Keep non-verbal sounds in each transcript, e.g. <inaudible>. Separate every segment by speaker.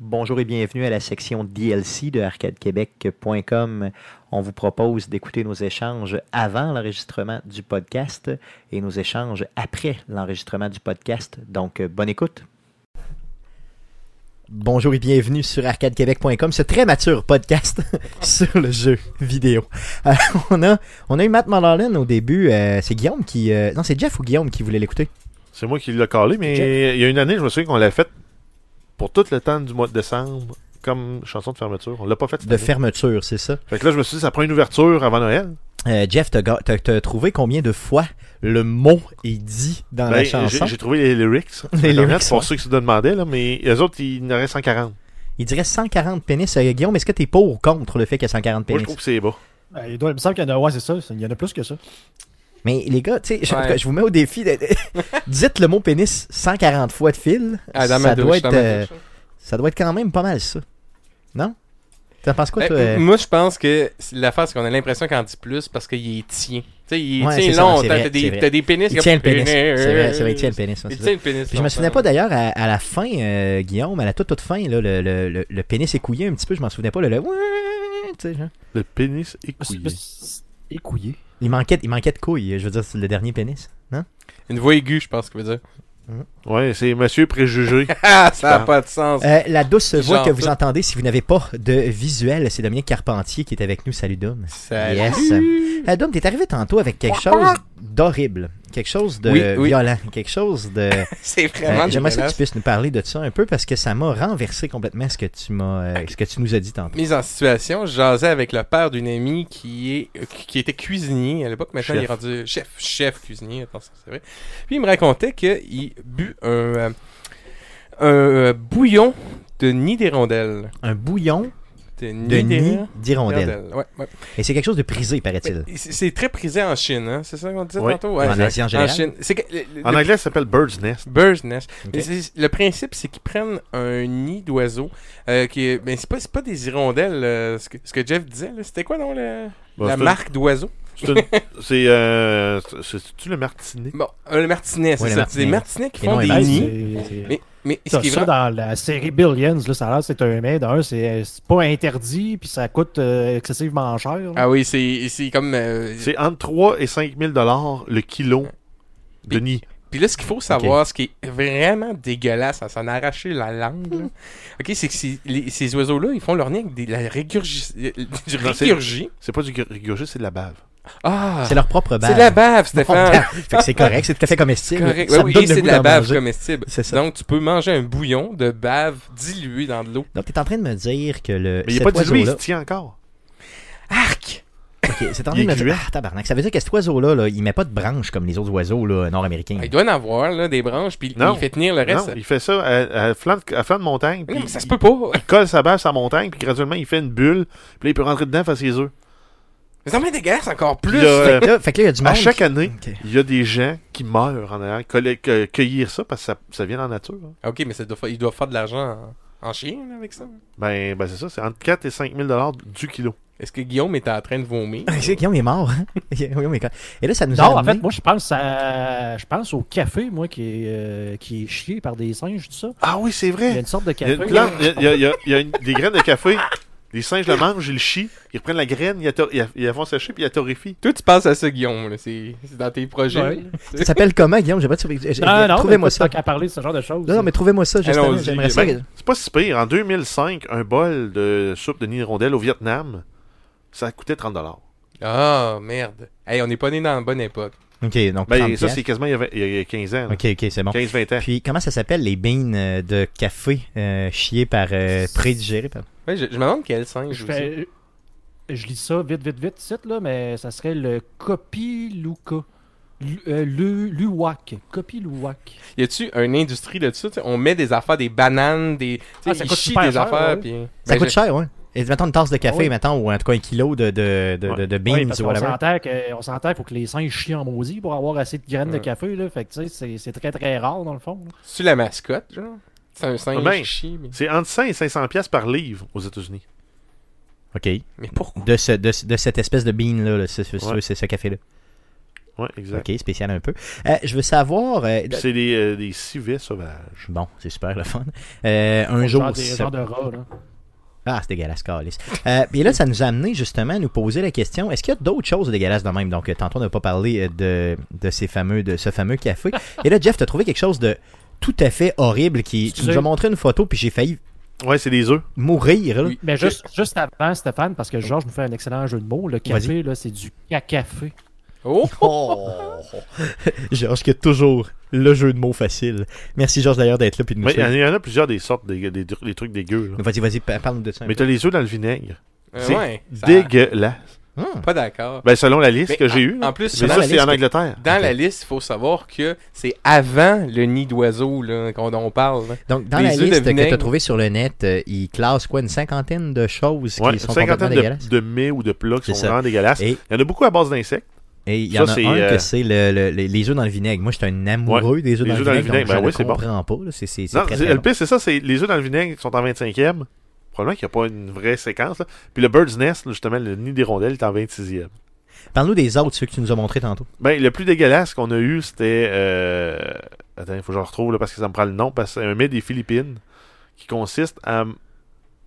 Speaker 1: Bonjour et bienvenue à la section DLC de arcadequebec.com. On vous propose d'écouter nos échanges avant l'enregistrement du podcast et nos échanges après l'enregistrement du podcast. Donc, euh, bonne écoute. Bonjour et bienvenue sur arcadequebec.com, ce très mature podcast <laughs> sur le jeu vidéo. Euh, on, a, on a eu Matt Mullerlin au début. euh, c'est Guillaume qui. euh, non, c'est Jeff ou Guillaume qui voulait l'écouter.
Speaker 2: C'est moi qui l'ai calé, mais
Speaker 1: Jeff.
Speaker 2: il y a une année, je me souviens qu'on l'a fait pour tout le temps du mois de décembre comme chanson de fermeture. On l'a pas fait cette
Speaker 1: De
Speaker 2: année.
Speaker 1: fermeture, c'est ça.
Speaker 2: Fait que là, je me suis dit, ça prend une ouverture avant Noël.
Speaker 1: Euh, Jeff, t'as ga- t'as t'as trouvé combien de fois le mot est dit dans
Speaker 2: Ben,
Speaker 1: la
Speaker 2: j'ai-
Speaker 1: chanson?
Speaker 2: J'ai trouvé les lyrics. sur
Speaker 1: <laughs> Les
Speaker 2: Internet,
Speaker 1: lyrics,
Speaker 2: Pour
Speaker 1: ouais.
Speaker 2: ceux qui se demandaient, là, mais les autres, il en reste 140.
Speaker 1: Il dirait 140 pénis. Euh, Guillaume, est-ce que t'es pour ou contre le fait qu'il y a 140
Speaker 2: Moi, je
Speaker 1: pénis?
Speaker 2: trouve que c'est bas.
Speaker 3: Ben, il, doit, il me semble qu'il y en a, ouais, c'est ça, il y en a plus que ça.
Speaker 1: Mais les gars, tu sais, je- en
Speaker 4: Ouais.
Speaker 1: tout cas, je vous mets au défi. de-
Speaker 4: <laughs>
Speaker 1: Dites le mot pénis 140 fois de fil.
Speaker 4: Ah, dans ma
Speaker 1: ça,
Speaker 4: douche,
Speaker 1: doit être,
Speaker 4: dans ma
Speaker 1: euh,
Speaker 4: douche.
Speaker 1: ça doit être quand même pas mal, ça. Non? T'en penses quoi,
Speaker 4: Ben,
Speaker 1: toi? euh?
Speaker 4: m- Moi, je pense que c'est l'affaire, c'est qu'on a l'impression qu'il en dit plus parce qu'il est tient. Tu sais, il
Speaker 1: Ouais, c'est
Speaker 4: tient
Speaker 1: ça,
Speaker 4: longtemps.
Speaker 1: c'est vrai,
Speaker 4: T'as
Speaker 1: c'est
Speaker 4: des,
Speaker 1: vrai.
Speaker 4: t'as des pénis.
Speaker 1: Il
Speaker 4: comme-
Speaker 1: tient le pénis. C'est vrai, c'est vrai, il tient le pénis. ouais,
Speaker 4: Il
Speaker 1: c'est
Speaker 4: tient
Speaker 1: ça.
Speaker 4: le
Speaker 1: Puis
Speaker 4: pénis.
Speaker 1: je me
Speaker 4: longtemps.
Speaker 1: souvenais pas d'ailleurs à, à la fin, euh, Guillaume, à la toute toute fin, là, le, le, le, le pénis écouillé un petit peu, je m'en souvenais pas. Le, le... Ouais, tu sais, genre.
Speaker 2: Le pénis écouillé.
Speaker 3: Écouillé.
Speaker 1: Il manquait, il manquait de couilles, je veux dire, c'est le dernier pénis.
Speaker 4: Une voix aiguë, je pense qu'il veut dire. <laughs>
Speaker 2: Ouais, c'est Monsieur Préjugé.
Speaker 4: Ah, ça n'a pas de sens.
Speaker 1: Euh, la douce
Speaker 4: Genre
Speaker 1: voix que vous
Speaker 4: ça.
Speaker 1: entendez, si vous n'avez pas de visuel, c'est Dominique Carpentier qui est avec nous. Salut Dom.
Speaker 4: Salut.
Speaker 1: Yes. Euh, Dom, t'es arrivé tantôt avec quelque chose d'horrible, quelque chose de
Speaker 4: Oui, oui.
Speaker 1: violent, quelque chose
Speaker 4: <laughs>
Speaker 1: de...
Speaker 4: C'est
Speaker 1: Euh,
Speaker 4: vraiment
Speaker 1: J'aimerais ça que
Speaker 4: dégueulasse.
Speaker 1: tu puisses nous parler de ça un peu parce que ça m'a renversé complètement ce que tu m'as, euh, ce que tu nous as dit tantôt.
Speaker 4: Mise en situation, je jasais avec le père d'une amie qui, est, euh, qui était cuisinier à l'époque. Maintenant,
Speaker 2: Chef.
Speaker 4: il est rendu chef, chef cuisinier, attention, c'est vrai. Puis il me racontait qu'il but un, euh, un euh, bouillon de nid d'hirondelle.
Speaker 1: Un bouillon
Speaker 4: De nid
Speaker 1: de nid
Speaker 4: d'hirondelle.
Speaker 1: d'hirondelle.
Speaker 4: Ouais, ouais.
Speaker 1: Et c'est quelque chose de prisé, paraît-il.
Speaker 4: Mais c'est- C'est très prisé en Chine, hein? c'est ça qu'on disait
Speaker 2: Oui.
Speaker 4: tantôt? Ouais,
Speaker 1: En
Speaker 4: c'est-
Speaker 1: Asie en général.
Speaker 4: Chine. C'est que le- le-
Speaker 2: En anglais, ça s'appelle Bird's Nest.
Speaker 4: Bird's nest.
Speaker 1: Ok.
Speaker 4: Mais c'est- Le principe, c'est qu'ils prennent un nid d'oiseaux. euh, qui est- mais c'est pas, c'est pas des hirondelles, euh, ce, que, ce que Jeff disait. là. C'était quoi, non, le-
Speaker 2: Bon, Bah,
Speaker 4: la
Speaker 2: c'est une-
Speaker 4: marque d'oiseaux?
Speaker 2: c'est une- C'est. euh, c'est- C'est-tu le
Speaker 4: <laughs>
Speaker 2: martinet
Speaker 4: Bon, euh, le martinet, c'est
Speaker 1: Oui, le
Speaker 4: ça. C'est des martinets qui
Speaker 1: Et
Speaker 4: font
Speaker 1: non,
Speaker 4: des
Speaker 1: les
Speaker 4: nids.
Speaker 3: Mais
Speaker 4: Mais, mais ce
Speaker 3: ça,
Speaker 4: qui est
Speaker 3: ça,
Speaker 4: vraiment...
Speaker 3: dans la série Billions, là, ça a l'air c'est un maid. Un, c'est euh, c'est pas interdit, puis ça coûte euh, excessivement cher. là.
Speaker 4: Ah oui, c'est c'est comme... euh,
Speaker 2: C'est entre 3 et 5 000 le kilo de
Speaker 4: Puis-
Speaker 2: nid.
Speaker 4: Puis là, ce qu'il faut savoir, ce qui est vraiment dégueulasse, ça s'en a arraché la langue, là. OK, c'est que c'est- les- ces oiseaux-là, ils font leur nid avec des, la régurgi... euh, du
Speaker 2: Non, c'est-
Speaker 4: régurgie.
Speaker 2: C'est pas du rigogé, c'est de la bave.
Speaker 4: Ah!
Speaker 1: C'est leur propre bave.
Speaker 4: C'est de la bave, Stéphane!
Speaker 1: <laughs> Fait que c'est correct, c'est tout à fait comestible.
Speaker 4: Correct.
Speaker 1: Ça
Speaker 4: Ouais,
Speaker 1: me
Speaker 4: oui,
Speaker 1: donne
Speaker 4: et
Speaker 1: le
Speaker 4: c'est de
Speaker 1: goût
Speaker 4: la
Speaker 1: d'en
Speaker 4: bave
Speaker 1: manger.
Speaker 4: comestible.
Speaker 1: C'est ça.
Speaker 4: Donc, tu peux manger un bouillon de bave diluée dans de l'eau.
Speaker 1: Donc, t'es en train de me dire que le.
Speaker 2: Mais il
Speaker 1: cet
Speaker 2: n'est pas dilué, il se
Speaker 1: oiseau-là-
Speaker 2: tient encore.
Speaker 4: Arc!
Speaker 1: Ok, c'est en train
Speaker 2: Il
Speaker 1: de me
Speaker 2: est
Speaker 1: dire.
Speaker 2: gluant.
Speaker 1: Ah, tabarnak. Ça veut dire que cet oiseau-là, là, il met pas de branches comme les autres oiseaux là, nord-américains.
Speaker 3: Ah,
Speaker 4: Il doit en avoir, là, des branches, puis
Speaker 2: Non.
Speaker 4: il fait tenir le reste.
Speaker 2: Non, il fait ça euh, à, à flanc, de, à flanc de montagne.
Speaker 4: Mais
Speaker 2: Puis
Speaker 4: non, mais ça se
Speaker 2: il-
Speaker 4: peut pas!
Speaker 2: il colle sa bave sur la montagne, puis graduellement, il fait une bulle. Puis là, il peut rentrer dedans, faire ses œufs.
Speaker 4: Mais ça m'est dégueulasse encore plus!
Speaker 2: Puis là,
Speaker 1: Fait que là, fait que là, il y a du monde.
Speaker 2: euh, À chaque année,
Speaker 1: Ok.
Speaker 2: il y a des gens qui meurent en allant colle- que- cueillir ça parce que ça, ça vient dans la nature. hein.
Speaker 4: Ok, mais ça doit fa- il doit faire de l'argent en, en chien, là, avec ça.
Speaker 2: Ben, ben c'est ça, c'est entre 4 et 5 000 du kilo.
Speaker 4: Est-ce que Guillaume est en train
Speaker 1: <laughs>
Speaker 4: de vomir?
Speaker 1: C'est Guillaume est mort. hein? <laughs> Guillaume est con- Et là, ça nous
Speaker 3: Non,
Speaker 1: a
Speaker 3: en fait,
Speaker 1: amené-
Speaker 3: moi, je pense à... je pense au café, moi, qui est, euh, qui est chié par des singes, tout ça.
Speaker 2: Ah oui, c'est
Speaker 3: Il y a
Speaker 2: vrai!
Speaker 3: une sorte de
Speaker 2: Il y a
Speaker 3: café.
Speaker 2: une plante, il y a, il y a- il y a- il y a une- des graines de café, les singes le mangent, ils le chient, ils reprennent la graine, ils la tor- ils la ils la font sécher, puis ils la torréfient.
Speaker 4: Toi, tu penses à ça, Guillaume, là. C'est c'est dans tes projets.
Speaker 3: Ouais.
Speaker 4: là.
Speaker 1: Ça s'appelle comment, Guillaume J'ai pas trouvé. j'ai-
Speaker 3: Non, non, mais
Speaker 1: Trouvez-moi
Speaker 3: écoute,
Speaker 1: ça.
Speaker 3: tant qu'à parler de ce genre de choses.
Speaker 1: Non, non, mais trouvez-moi ça, justement.
Speaker 4: Allons-y,
Speaker 1: J'aimerais ça.
Speaker 4: ben.
Speaker 2: C'est pas si pire. En 2005, un bol de soupe de nid rondelle au Vietnam, ça coûtait 30
Speaker 4: Ah, merde. Hey, on n'est pas né dans la bonne époque.
Speaker 1: Ok, donc.
Speaker 2: Ben,
Speaker 1: 30
Speaker 2: ça, c'est quasiment il y a vingt- il y a 15 ans. là.
Speaker 1: Ok, ok, c'est bon.
Speaker 2: 15-20 ans.
Speaker 1: Puis, comment ça s'appelle les beans euh, de café euh, chiées par. euh, prédigérées par.
Speaker 2: Ben,
Speaker 4: Ouais, je, je me demande quel singe.
Speaker 3: Je,
Speaker 4: aussi.
Speaker 3: fais- euh, je lis ça vite, vite, vite, site, là, mais ça serait le Copiluca. Lu- euh, Lu- Luwak. Copiluwak.
Speaker 4: Y a-tu une industrie de ça? tu sais, On met des affaires, des bananes, des. tu sais,
Speaker 3: Ah, ça
Speaker 4: ils
Speaker 3: coûte
Speaker 4: chient
Speaker 3: super
Speaker 4: des
Speaker 3: cher,
Speaker 4: affaires,
Speaker 3: ouais.
Speaker 4: puis-
Speaker 1: Ça
Speaker 4: Ben,
Speaker 1: coûte
Speaker 4: je-
Speaker 1: cher, ouais. Et mettons une tasse de café,
Speaker 3: Ah oui.
Speaker 1: mettons, ou en tout cas un kilo de, de, de, de, de beans
Speaker 3: Oui, parce
Speaker 1: ou
Speaker 3: qu'on
Speaker 1: whatever.
Speaker 3: s'entend que- on s'entend qu'il faut que les singes chient en maudit pour avoir assez de graines de
Speaker 4: Ouais.
Speaker 3: café. Là. Fait que, tu sais, c'est- c'est très, très rare, dans le fond. là.
Speaker 4: C'est-tu la mascotte, genre? C'est un singe
Speaker 2: Ah ben.
Speaker 4: chie, mais...
Speaker 2: C'est entre 100 et 500 pièces par livre aux États-Unis.
Speaker 1: OK.
Speaker 4: mais pourquoi?
Speaker 1: De, ce, de, ce- de cette espèce de bean-là, là, c'est c'est-
Speaker 2: Ouais.
Speaker 1: c'est ce café-là.
Speaker 2: Ouais, exact.
Speaker 1: OK, spécial un peu. Euh, je veux savoir. euh,
Speaker 2: Puis C'est des, euh, des civets sauvages.
Speaker 1: bon, c'est super le fun. Euh, un
Speaker 3: Genre
Speaker 1: jour.
Speaker 3: des
Speaker 1: ça-
Speaker 3: genres de rats, là.
Speaker 1: Ah, c'est dégueulasse, calice. Euh, Puis là, ça nous a amené justement à nous poser la question est-ce qu'il y a d'autres choses dégueulasses de même Donc, euh, tantôt, on n'a pas parlé euh, de, de, ces fameux, de ce fameux café. Et là, Jeff, t'as trouvé quelque chose de tout à fait horrible qui. Tu
Speaker 3: Excusez.
Speaker 1: nous as montré une photo, puis j'ai failli
Speaker 2: Ouais, c'est des œufs.
Speaker 1: mourir. là.
Speaker 4: Oui.
Speaker 3: Mais juste, juste avant, Stéphane, parce
Speaker 1: Oh.
Speaker 3: que Georges nous fait un excellent jeu de mots, le café, là, c'est du cacafé.
Speaker 4: Oh!
Speaker 1: Oh <laughs> Georges, qui a toujours le jeu de mots facile. Merci, Georges, d'ailleurs, d'être là, puis de nous
Speaker 2: Mais il y, en
Speaker 1: suivre.
Speaker 2: a- il y en a plusieurs des sortes, des, des, des trucs dégueux. là.
Speaker 1: Vas-y, vas-y, pa- parle-nous de ça. un
Speaker 2: Mais t'as les œufs dans le vinaigre.
Speaker 4: Euh,
Speaker 2: C'est
Speaker 4: ouais, ça-
Speaker 2: Dégueulasse.
Speaker 1: peu. Hmm.
Speaker 4: Pas d'accord.
Speaker 2: Ben, selon la liste
Speaker 4: Mais
Speaker 2: que j'ai
Speaker 4: en-
Speaker 2: eue. là.
Speaker 4: en plus,
Speaker 2: mais
Speaker 1: selon
Speaker 2: ça,
Speaker 1: la
Speaker 2: c'est
Speaker 1: liste
Speaker 2: en
Speaker 1: que-
Speaker 2: Angleterre.
Speaker 4: Dans
Speaker 1: Ok.
Speaker 4: la liste, il faut savoir que c'est avant le nid d'oiseau là, qu'on on parle. là.
Speaker 1: Donc, dans
Speaker 4: Les
Speaker 1: la
Speaker 4: œufs de
Speaker 1: liste que tu as
Speaker 4: vinaigre.
Speaker 1: trouvée sur le net, euh, ils classent quoi Une cinquantaine de choses
Speaker 2: Ouais,
Speaker 1: qui
Speaker 2: une
Speaker 1: sont complètement
Speaker 2: cinquantaine
Speaker 1: dégueulasses
Speaker 2: de, de mets ou de plats qui
Speaker 1: C'est
Speaker 2: sont
Speaker 1: ça.
Speaker 2: vraiment dégueulasses.
Speaker 1: Et-
Speaker 2: Il y en a beaucoup à base d'insectes.
Speaker 1: Et il y
Speaker 2: Ça,
Speaker 1: en a
Speaker 2: c'est,
Speaker 1: un
Speaker 2: euh,
Speaker 1: que c'est le- le- les- les œufs dans le vinaigre. Moi, je suis un amoureux des œufs
Speaker 2: les
Speaker 1: dans,
Speaker 2: œufs dans
Speaker 1: le
Speaker 2: le
Speaker 1: vinaigre, donc
Speaker 2: vinaigre, ben
Speaker 1: je ne
Speaker 2: oui, c'est bon.
Speaker 1: comprends pas. là. C'est c'est- c'est
Speaker 2: Non,
Speaker 1: très,
Speaker 2: c'est-
Speaker 1: très
Speaker 2: le
Speaker 1: bon.
Speaker 2: pire, c'est ça, c'est les œufs dans le vinaigre qui sont en 25e. Probablement qu'il n'y a pas une vraie séquence. là. Puis le Bird's Nest, là, justement, le nid des rondelles est en 26e.
Speaker 1: Parle-nous des autres, ceux que tu nous as montrés tantôt.
Speaker 2: Ben, le plus dégueulasse qu'on a eu, c'était. euh, Attends, il faut que je le retrouve là, parce que ça me prend le nom. Parce que c'est un mets des Philippines qui consiste à.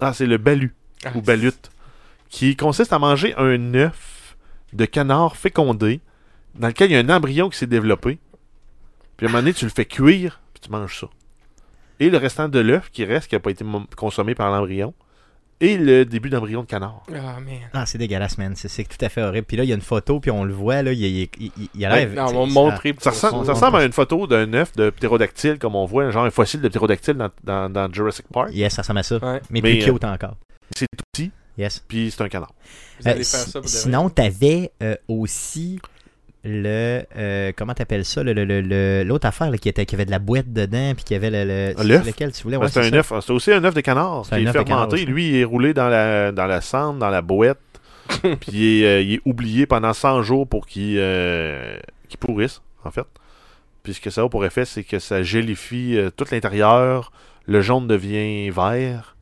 Speaker 2: Ah, c'est le balut
Speaker 4: Ah,
Speaker 2: ou balute. Qui consiste à manger un œuf de canard fécondé dans lequel il y a un embryon qui s'est développé. Puis à un moment donné, tu le fais cuire, puis tu manges ça. Et le restant de l'œuf qui reste, qui n'a pas été mon- consommé par l'embryon. Et le début d'embryon de canard.
Speaker 4: Ah, man.
Speaker 1: Ah, c'est dégueulasse, man. C'est- C'est tout à fait horrible. Puis là, il y a une photo, puis on le voit, là, il, il- il- il- il a
Speaker 2: Ouais,
Speaker 1: l'air...
Speaker 4: Non,
Speaker 1: c'est-
Speaker 4: on m'a
Speaker 1: ça-
Speaker 4: montré pour
Speaker 2: Ça ressemble, ça
Speaker 1: on-
Speaker 2: ressemble à une photo d'un œuf de ptérodactyle, comme on voit, genre un fossile de ptérodactyle dans, dans- dans Jurassic Park.
Speaker 1: Yes, ça ressemble à ça.
Speaker 4: Ouais.
Speaker 1: Mais,
Speaker 2: Mais,
Speaker 1: plus
Speaker 2: euh,
Speaker 1: cute encore.
Speaker 2: C'est tout petit,
Speaker 1: Yes.
Speaker 2: puis c'est un canard.
Speaker 4: Vous allez
Speaker 1: Euh,
Speaker 4: faire
Speaker 1: si-
Speaker 4: ça pour de vrai.
Speaker 1: sinon, t'avais euh, aussi le... euh, comment t'appelles ça? L'autre le, le, le- l'autre affaire là, qui, était, qui avait de la boîte dedans, puis qui avait le... le
Speaker 2: Ah, l'œuf?
Speaker 1: lequel tu voulais.
Speaker 2: Ah,
Speaker 1: Ben ouais,
Speaker 2: c'est
Speaker 1: c'est
Speaker 2: un
Speaker 1: ça.
Speaker 2: œuf. C'est aussi un œuf de canard
Speaker 1: C'est un
Speaker 2: qui est
Speaker 1: œuf de canard
Speaker 2: fermenté.
Speaker 1: aussi.
Speaker 2: Lui, il est roulé dans la, dans la cendre, dans
Speaker 1: <laughs>
Speaker 2: la boîte, puis il est, euh, il est oublié pendant 100 jours pour qu'il euh, qu'il pourrisse, en fait. Puis ce que ça a pour effet, c'est que ça gélifie euh, tout l'intérieur, le jaune devient vert,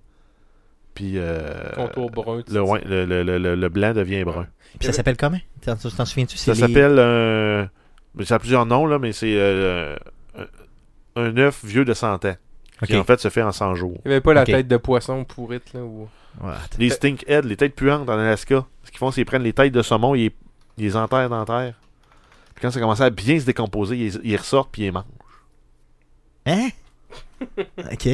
Speaker 2: puis euh,
Speaker 4: Contour brun. tu
Speaker 2: le,
Speaker 4: sais.
Speaker 2: ouais, le- le- le- le- le blanc devient brun.
Speaker 1: Puis ça s'appelle comment? T'en tu t'en souviens-tu?
Speaker 2: Ça
Speaker 1: C'est les-
Speaker 2: s'appelle. euh, mais ça a plusieurs noms, là, mais c'est euh, euh, un œuf vieux de 100 ans. Qui
Speaker 1: Ok.
Speaker 2: en fait se fait en 100 jours.
Speaker 4: Il n'y avait pas la
Speaker 1: Ok.
Speaker 4: tête de poisson pourrite. Là, ou...
Speaker 1: Ouais, attends.
Speaker 2: Les stinkheads, les têtes puantes en Alaska. Ce qu'ils font, c'est qu'ils prennent les têtes de saumon, ils, ils les enterrent dans la terre. Puis quand ça commence à bien se décomposer, ils, ils ressortent puis ils les mangent.
Speaker 1: Hein? OK.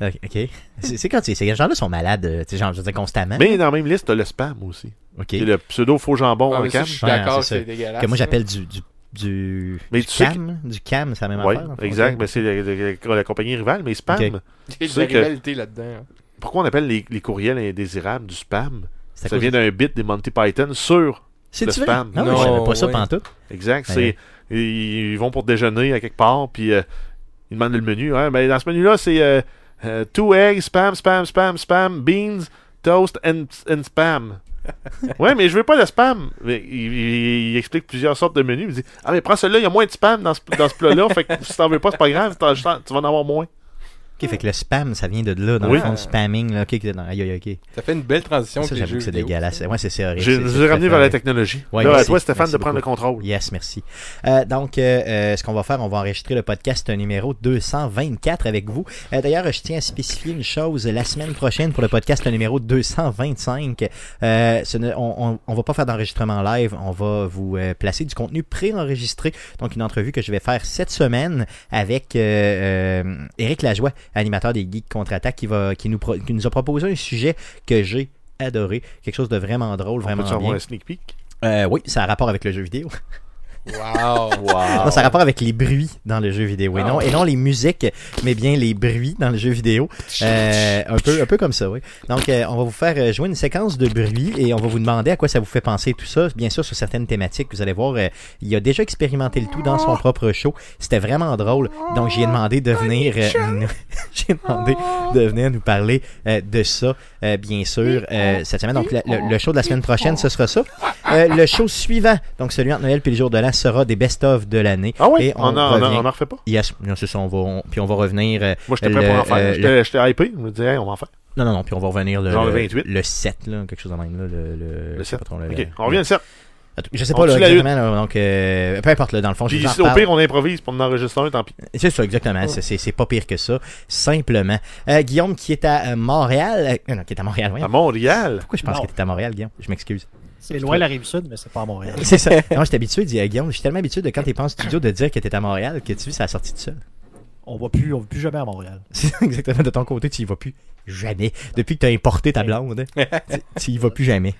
Speaker 1: Ok. ok. C'est c'est quand tu- ces gens-là sont malades, euh, tu sais, genre, je veux dire, constamment.
Speaker 2: Mais dans la même liste, t'as le spam aussi.
Speaker 1: OK.
Speaker 2: Et le pseudo faux jambon
Speaker 4: Ah,
Speaker 2: en
Speaker 4: mais ça,
Speaker 2: cam.
Speaker 4: je suis
Speaker 1: Ouais,
Speaker 4: d'accord
Speaker 1: c'est
Speaker 4: que
Speaker 1: ça.
Speaker 4: c'est dégueulasse.
Speaker 1: que moi,
Speaker 4: là.
Speaker 1: j'appelle du, du, du,
Speaker 2: Mais
Speaker 1: du
Speaker 2: tu sais
Speaker 1: cam. Du cam, c'est la même
Speaker 2: Oui,
Speaker 1: affaire. en fait.
Speaker 2: exact. Mais c'est la, la- la compagnie rivale. Mais spam,
Speaker 1: Ok.
Speaker 4: Il y a
Speaker 2: Tu
Speaker 4: de la
Speaker 2: sais que-
Speaker 4: rivalité là-dedans. hein.
Speaker 2: pourquoi on appelle les, les courriels indésirables du spam
Speaker 1: C'est à
Speaker 2: Ça
Speaker 1: cause
Speaker 2: vient
Speaker 1: du-
Speaker 2: d'un bit des Monty Python sur
Speaker 1: C'est
Speaker 2: le
Speaker 1: vrai?
Speaker 2: spam.
Speaker 1: Non, mais
Speaker 4: Non,
Speaker 1: je savais pas ça
Speaker 4: ouais.
Speaker 1: pantoute.
Speaker 2: Exact.
Speaker 1: Ouais.
Speaker 2: C'est, ils, ils vont pour déjeuner à quelque part, puis euh, ils demandent le menu. Ouais, ben, dans ce menu-là, c'est euh, euh, two eggs, spam, spam, spam, spam, beans, toast and,
Speaker 1: <laughs>
Speaker 2: and spam. ouais, mais je veux pas de spam. Mais il, il- il explique plusieurs sortes de menus. Il dit Ah, mais prends celui-là, il y a moins de spam dans ce, dans ce plat-là. fait que si t'en veux pas, c'est pas grave, t'en- je t'en- tu vas en avoir moins.
Speaker 1: OK, fait que le spam, ça vient de là, dans le
Speaker 2: Oui.
Speaker 1: fond, le spamming. Là, ok, que- non, aïe, aïe, ok.
Speaker 4: Ça fait une belle transition.
Speaker 1: Ça,
Speaker 4: avec les
Speaker 1: j'avoue que
Speaker 4: jeux
Speaker 1: c'est
Speaker 4: vidéo.
Speaker 1: dégueulasse. Ouais, c'est c'est horrible.
Speaker 2: Je
Speaker 1: C'est-
Speaker 2: nous
Speaker 1: c'est
Speaker 2: ai
Speaker 1: tout à
Speaker 2: ramené
Speaker 1: fait
Speaker 2: vers la
Speaker 1: horrible.
Speaker 2: technologie.
Speaker 1: Ouais,
Speaker 2: là, à
Speaker 1: merci.
Speaker 2: toi, Stéphane,
Speaker 1: Merci
Speaker 2: de prendre le contrôle.
Speaker 1: Yes, merci. Euh, donc, euh, euh, ce qu'on va faire, on va enregistrer le podcast numéro 224 avec vous. Euh, D'ailleurs, je tiens à spécifier une chose. La semaine prochaine, pour le podcast numéro 225, euh, ce ne- on, on- on va pas faire d'enregistrement live. On va vous euh, placer du contenu pré-enregistré. Donc, une entrevue que je vais faire cette semaine avec euh, euh, Éric Lajoie, animateur des Geeks Contre-Attaque, qui, va- qui, nous pro- qui nous a proposé un sujet que j'ai adoré. Quelque chose de vraiment drôle,
Speaker 2: On
Speaker 1: vraiment
Speaker 2: peut-tu avoir
Speaker 1: bien.
Speaker 2: un sneak peek
Speaker 1: Euh, oui, ça a rapport avec le jeu vidéo.
Speaker 4: <laughs> Wow.
Speaker 1: Non, ça a rapport avec les bruits dans le jeu vidéo. Et non, et non les musiques, mais bien les bruits dans le jeu vidéo. Euh, un, peu, un peu comme ça, oui. Donc, euh, on va vous faire euh, jouer une séquence de bruits et on va vous demander à quoi ça vous fait penser tout ça. Bien sûr, sur certaines thématiques, vous allez voir, euh, il a déjà expérimenté le tout dans son propre show. C'était vraiment drôle. Donc, j'ai demandé de venir... euh, nous- <laughs> j'ai demandé de venir nous parler euh, de ça, euh, bien sûr, euh, cette semaine. Donc, la- le, le show de la semaine prochaine, ce sera ça. Euh, le show suivant, donc celui entre Noël puis le jour de l'an, sera des best-of de l'année.
Speaker 2: Ah oui,
Speaker 1: Et
Speaker 2: on
Speaker 1: on
Speaker 2: n'en
Speaker 1: revient.
Speaker 2: refait pas.
Speaker 1: Yes, non, c'est ça, on va, on- puis on va revenir. euh,
Speaker 2: Moi, j'étais prêt
Speaker 1: le-
Speaker 2: pour en faire.
Speaker 1: euh,
Speaker 2: J'étais- J'étais hypé. Je me disais, Hey, on va en faire.
Speaker 1: non, non, non, puis on va revenir le,
Speaker 2: Genre le
Speaker 1: le-
Speaker 2: 28.
Speaker 1: le 7, là, quelque chose de même. Là, le, le,
Speaker 2: Le
Speaker 1: je sais
Speaker 2: 7.
Speaker 1: pas trop,
Speaker 2: Ok, on revient le 7.
Speaker 1: Je sais
Speaker 2: On
Speaker 1: pas, là,
Speaker 2: tue la
Speaker 1: exactement. là, donc, euh, peu importe, là, dans le fond, je
Speaker 2: Puis
Speaker 1: vous en
Speaker 2: au
Speaker 1: reparle.
Speaker 2: pire, on improvise pour en enregistrer un, tant pis.
Speaker 1: C'est ça,
Speaker 2: Oh.
Speaker 1: exactement. C'est- C'est c'est pas pire que ça. Simplement. Euh, Guillaume, qui est à euh, Montréal. euh, non, qui est à Montréal, voyons.
Speaker 2: À Montréal.
Speaker 1: Pourquoi je pense
Speaker 3: Non.
Speaker 1: que t'es à Montréal, Guillaume Je
Speaker 2: <laughs>
Speaker 1: m'excuse.
Speaker 3: C'est loin la rive sud, mais c'est pas à Montréal.
Speaker 1: C'est ça. Non, je suis habitué, de dire, Guillaume. Je suis tellement habitué de quand t'es pas en studio de dire que t'es à Montréal que tu vis, ça a sorti de ça.
Speaker 3: On va plus, on va plus jamais à Montréal.
Speaker 1: <laughs> C'est exactement de ton côté, tu y vas plus jamais. Depuis que t'as importé ta blonde, tu- tu y vas plus jamais.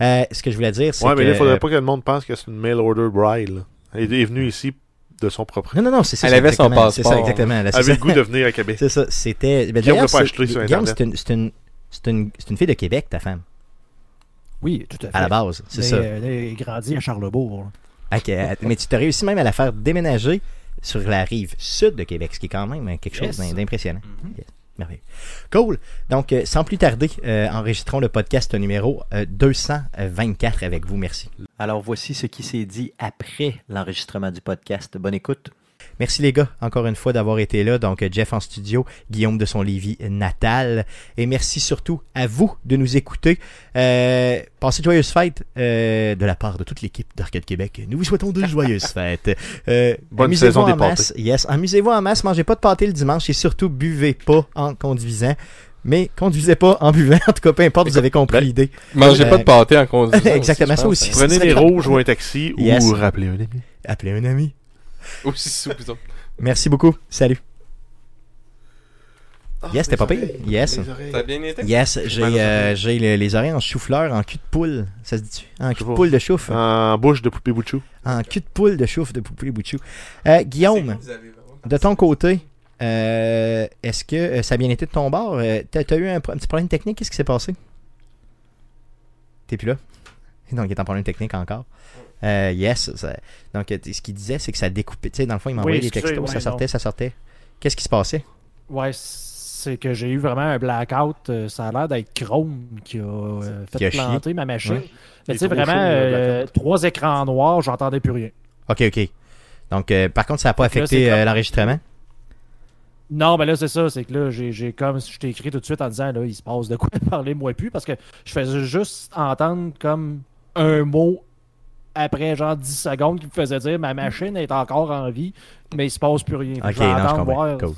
Speaker 1: Euh, ce que je voulais dire, c'est
Speaker 2: Ouais,
Speaker 1: que.
Speaker 2: mais là, il faudrait pas que le monde pense que c'est une mail order bride. là. Elle est venue ici de son propre.
Speaker 1: Non, non, non, c'est ça.
Speaker 4: Elle
Speaker 1: c'est
Speaker 4: avait son
Speaker 1: exactement- C'est ça,
Speaker 4: passeport.
Speaker 1: exactement. là, <laughs>
Speaker 2: Elle
Speaker 1: c'est
Speaker 2: avait
Speaker 1: ça.
Speaker 2: le goût de venir à Québec.
Speaker 1: <laughs> C'est ça, c'était. ben,
Speaker 2: Guillaume
Speaker 1: d'ailleurs,
Speaker 2: l'a pas
Speaker 1: c'est-
Speaker 2: acheté sur
Speaker 1: Guillaume,
Speaker 2: Internet.
Speaker 1: c'est une, c'est une, c'est une, c'est une fille de Québec, ta femme,
Speaker 3: Oui, tout à fait.
Speaker 1: à la base. C'est
Speaker 3: Mais,
Speaker 1: ça.
Speaker 3: euh, là, il grandit à Charlebourg. là.
Speaker 1: Ok, euh, mais tu t'as réussi même à la faire déménager sur la rive sud de Québec, ce qui est quand même euh, quelque chose
Speaker 3: Yes.
Speaker 1: d'im- d'impressionnant. Yes. Merveilleux. Cool. Donc, euh, sans plus tarder, euh, enregistrons le podcast numéro euh, 224 avec vous. Merci.
Speaker 5: Alors voici ce qui s'est dit après l'enregistrement du podcast. Bonne écoute.
Speaker 1: Merci les gars, encore une fois d'avoir été là. Donc Jeff en studio, Guillaume de son Lévis natal. Et merci surtout à vous de nous écouter. Euh, passez de joyeuses fêtes euh, de la part de toute l'équipe d'Arcade Québec. Nous vous souhaitons
Speaker 2: <laughs>
Speaker 1: de joyeuses fêtes. Euh,
Speaker 2: Bonne
Speaker 1: amusez-vous
Speaker 2: saison
Speaker 1: en
Speaker 2: des
Speaker 1: masse. Yes, amusez-vous en masse, mangez pas de pâté le dimanche et surtout buvez pas en conduisant. Mais conduisez pas en buvant, en tout cas, peu importe, vous avez compris
Speaker 2: Ben,
Speaker 1: l'idée.
Speaker 4: Mangez
Speaker 1: Euh,
Speaker 4: pas de pâté en
Speaker 1: <laughs>
Speaker 4: conduisant.
Speaker 1: Exactement, ça
Speaker 4: je pense,
Speaker 1: aussi.
Speaker 2: Prenez
Speaker 1: c'est
Speaker 2: des
Speaker 1: ça.
Speaker 2: rouges ou un taxi
Speaker 1: Yes.
Speaker 2: ou rappelez un ami.
Speaker 1: Appelez un ami.
Speaker 4: hein. <laughs> Aussi sous les autres.
Speaker 1: Merci beaucoup. Salut.
Speaker 2: Ah,
Speaker 1: Yes, c'était pas pire. Yes.
Speaker 4: Ça a bien été?
Speaker 1: Yes, j'ai
Speaker 2: mal aux
Speaker 1: euh,
Speaker 2: oreilles.
Speaker 1: j'ai le- les oreilles en chou-fleur, en cul de poule. Ça se dit-tu? En
Speaker 2: Je
Speaker 1: cul
Speaker 2: sais
Speaker 1: de
Speaker 2: pas.
Speaker 1: poule de
Speaker 3: Hein?
Speaker 1: chouffe.
Speaker 2: En bouche de poupée Bouchou.
Speaker 1: En cul de poule de chouffe de Poupée Bouchou. Euh, Guillaume, de ton côté, euh, est-ce que euh, ça a bien été de ton bord? Euh, T'as t'as eu un, pro- un petit problème technique? Qu'est-ce qui s'est passé? T'es plus là? Donc, il est en problème technique encore. Euh, yes. ça- donc, euh, ce qu'il disait, c'est que ça découpait. Tu sais, dans le fond, il m'envoyait
Speaker 3: Oui,
Speaker 1: des textos.
Speaker 3: excusez,
Speaker 1: ça
Speaker 3: ouais,
Speaker 1: sortait,
Speaker 3: non.
Speaker 1: ça sortait. Qu'est-ce qui se passait?
Speaker 3: Ouais, c'est que j'ai eu vraiment un blackout. euh, Ça a l'air d'être Chrome qui a euh, fait
Speaker 1: Qui a chié.
Speaker 3: planter ma machine.
Speaker 1: Ouais.
Speaker 2: Il
Speaker 3: Mais tu sais,
Speaker 2: est trop
Speaker 3: vraiment,
Speaker 2: chaud, le
Speaker 3: euh, trois écrans noirs, j'entendais plus rien.
Speaker 1: OK, OK. Donc, euh, par contre, ça n'a pas
Speaker 3: Fait que là,
Speaker 1: affecté
Speaker 3: c'est comme-
Speaker 1: euh, l'enregistrement?
Speaker 3: Non, mais là, c'est ça. C'est que là, j'ai, j'ai comme je t'ai écrit tout de suite en disant, là, il se passe de quoi parler-moi plus parce que je faisais juste entendre comme un mot après genre 10 secondes qui me faisait dire ma machine est encore en vie, mais il se passe plus rien. Fait que
Speaker 1: Ok,
Speaker 3: je vais
Speaker 1: non, je
Speaker 3: attendre
Speaker 1: comprends.
Speaker 3: voir
Speaker 1: Cool.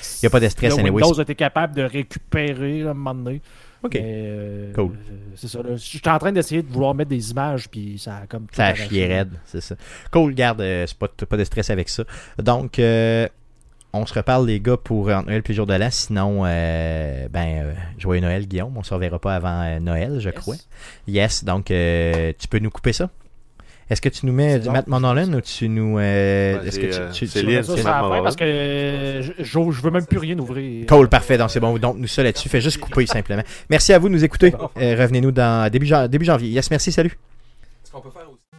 Speaker 3: si
Speaker 1: Y a pas de stress,
Speaker 3: le
Speaker 1: anyway.
Speaker 3: Windows a été capable de récupérer là, à un moment donné.
Speaker 1: OK.
Speaker 3: Mais, euh,
Speaker 1: Cool.
Speaker 3: euh, c'est ça. là. J'étais en train d'essayer de vouloir mettre des images, puis ça a comme. tout
Speaker 1: Ça a
Speaker 3: arraché.
Speaker 1: chié raide, c'est ça. Cool, garde, euh, c'est pas, t- pas de stress avec ça. Donc, euh, on se reparle, les gars, pour euh, entre Noël puis le jour de l'an. Sinon, euh, ben, euh, joyeux Noël, Guillaume. On se reverra pas avant euh, Noël, je
Speaker 3: Yes.
Speaker 1: crois. Yes, donc, euh, tu peux nous couper ça? Est-ce que tu nous mets
Speaker 3: C'est
Speaker 1: du
Speaker 3: bon.
Speaker 1: Matt Monolan ou tu nous. euh,
Speaker 2: Ouais,
Speaker 1: Est-ce
Speaker 2: c'est, euh,
Speaker 1: que tu. tu-
Speaker 2: c'est
Speaker 1: tu-
Speaker 2: lié à
Speaker 3: Ça,
Speaker 2: C'est
Speaker 3: c'est la
Speaker 2: marrant.
Speaker 3: fin parce que euh, je, je- je veux même plus rien ouvrir.
Speaker 1: Cool, parfait. Donc, c'est bon. Donc, nous ça là-dessus. Fais juste couper simplement. Merci à vous de nous écouter. Euh, Revenez-nous dans début, jan- début janvier. Yes, merci. Salut.
Speaker 4: Ce qu'on peut faire aussi.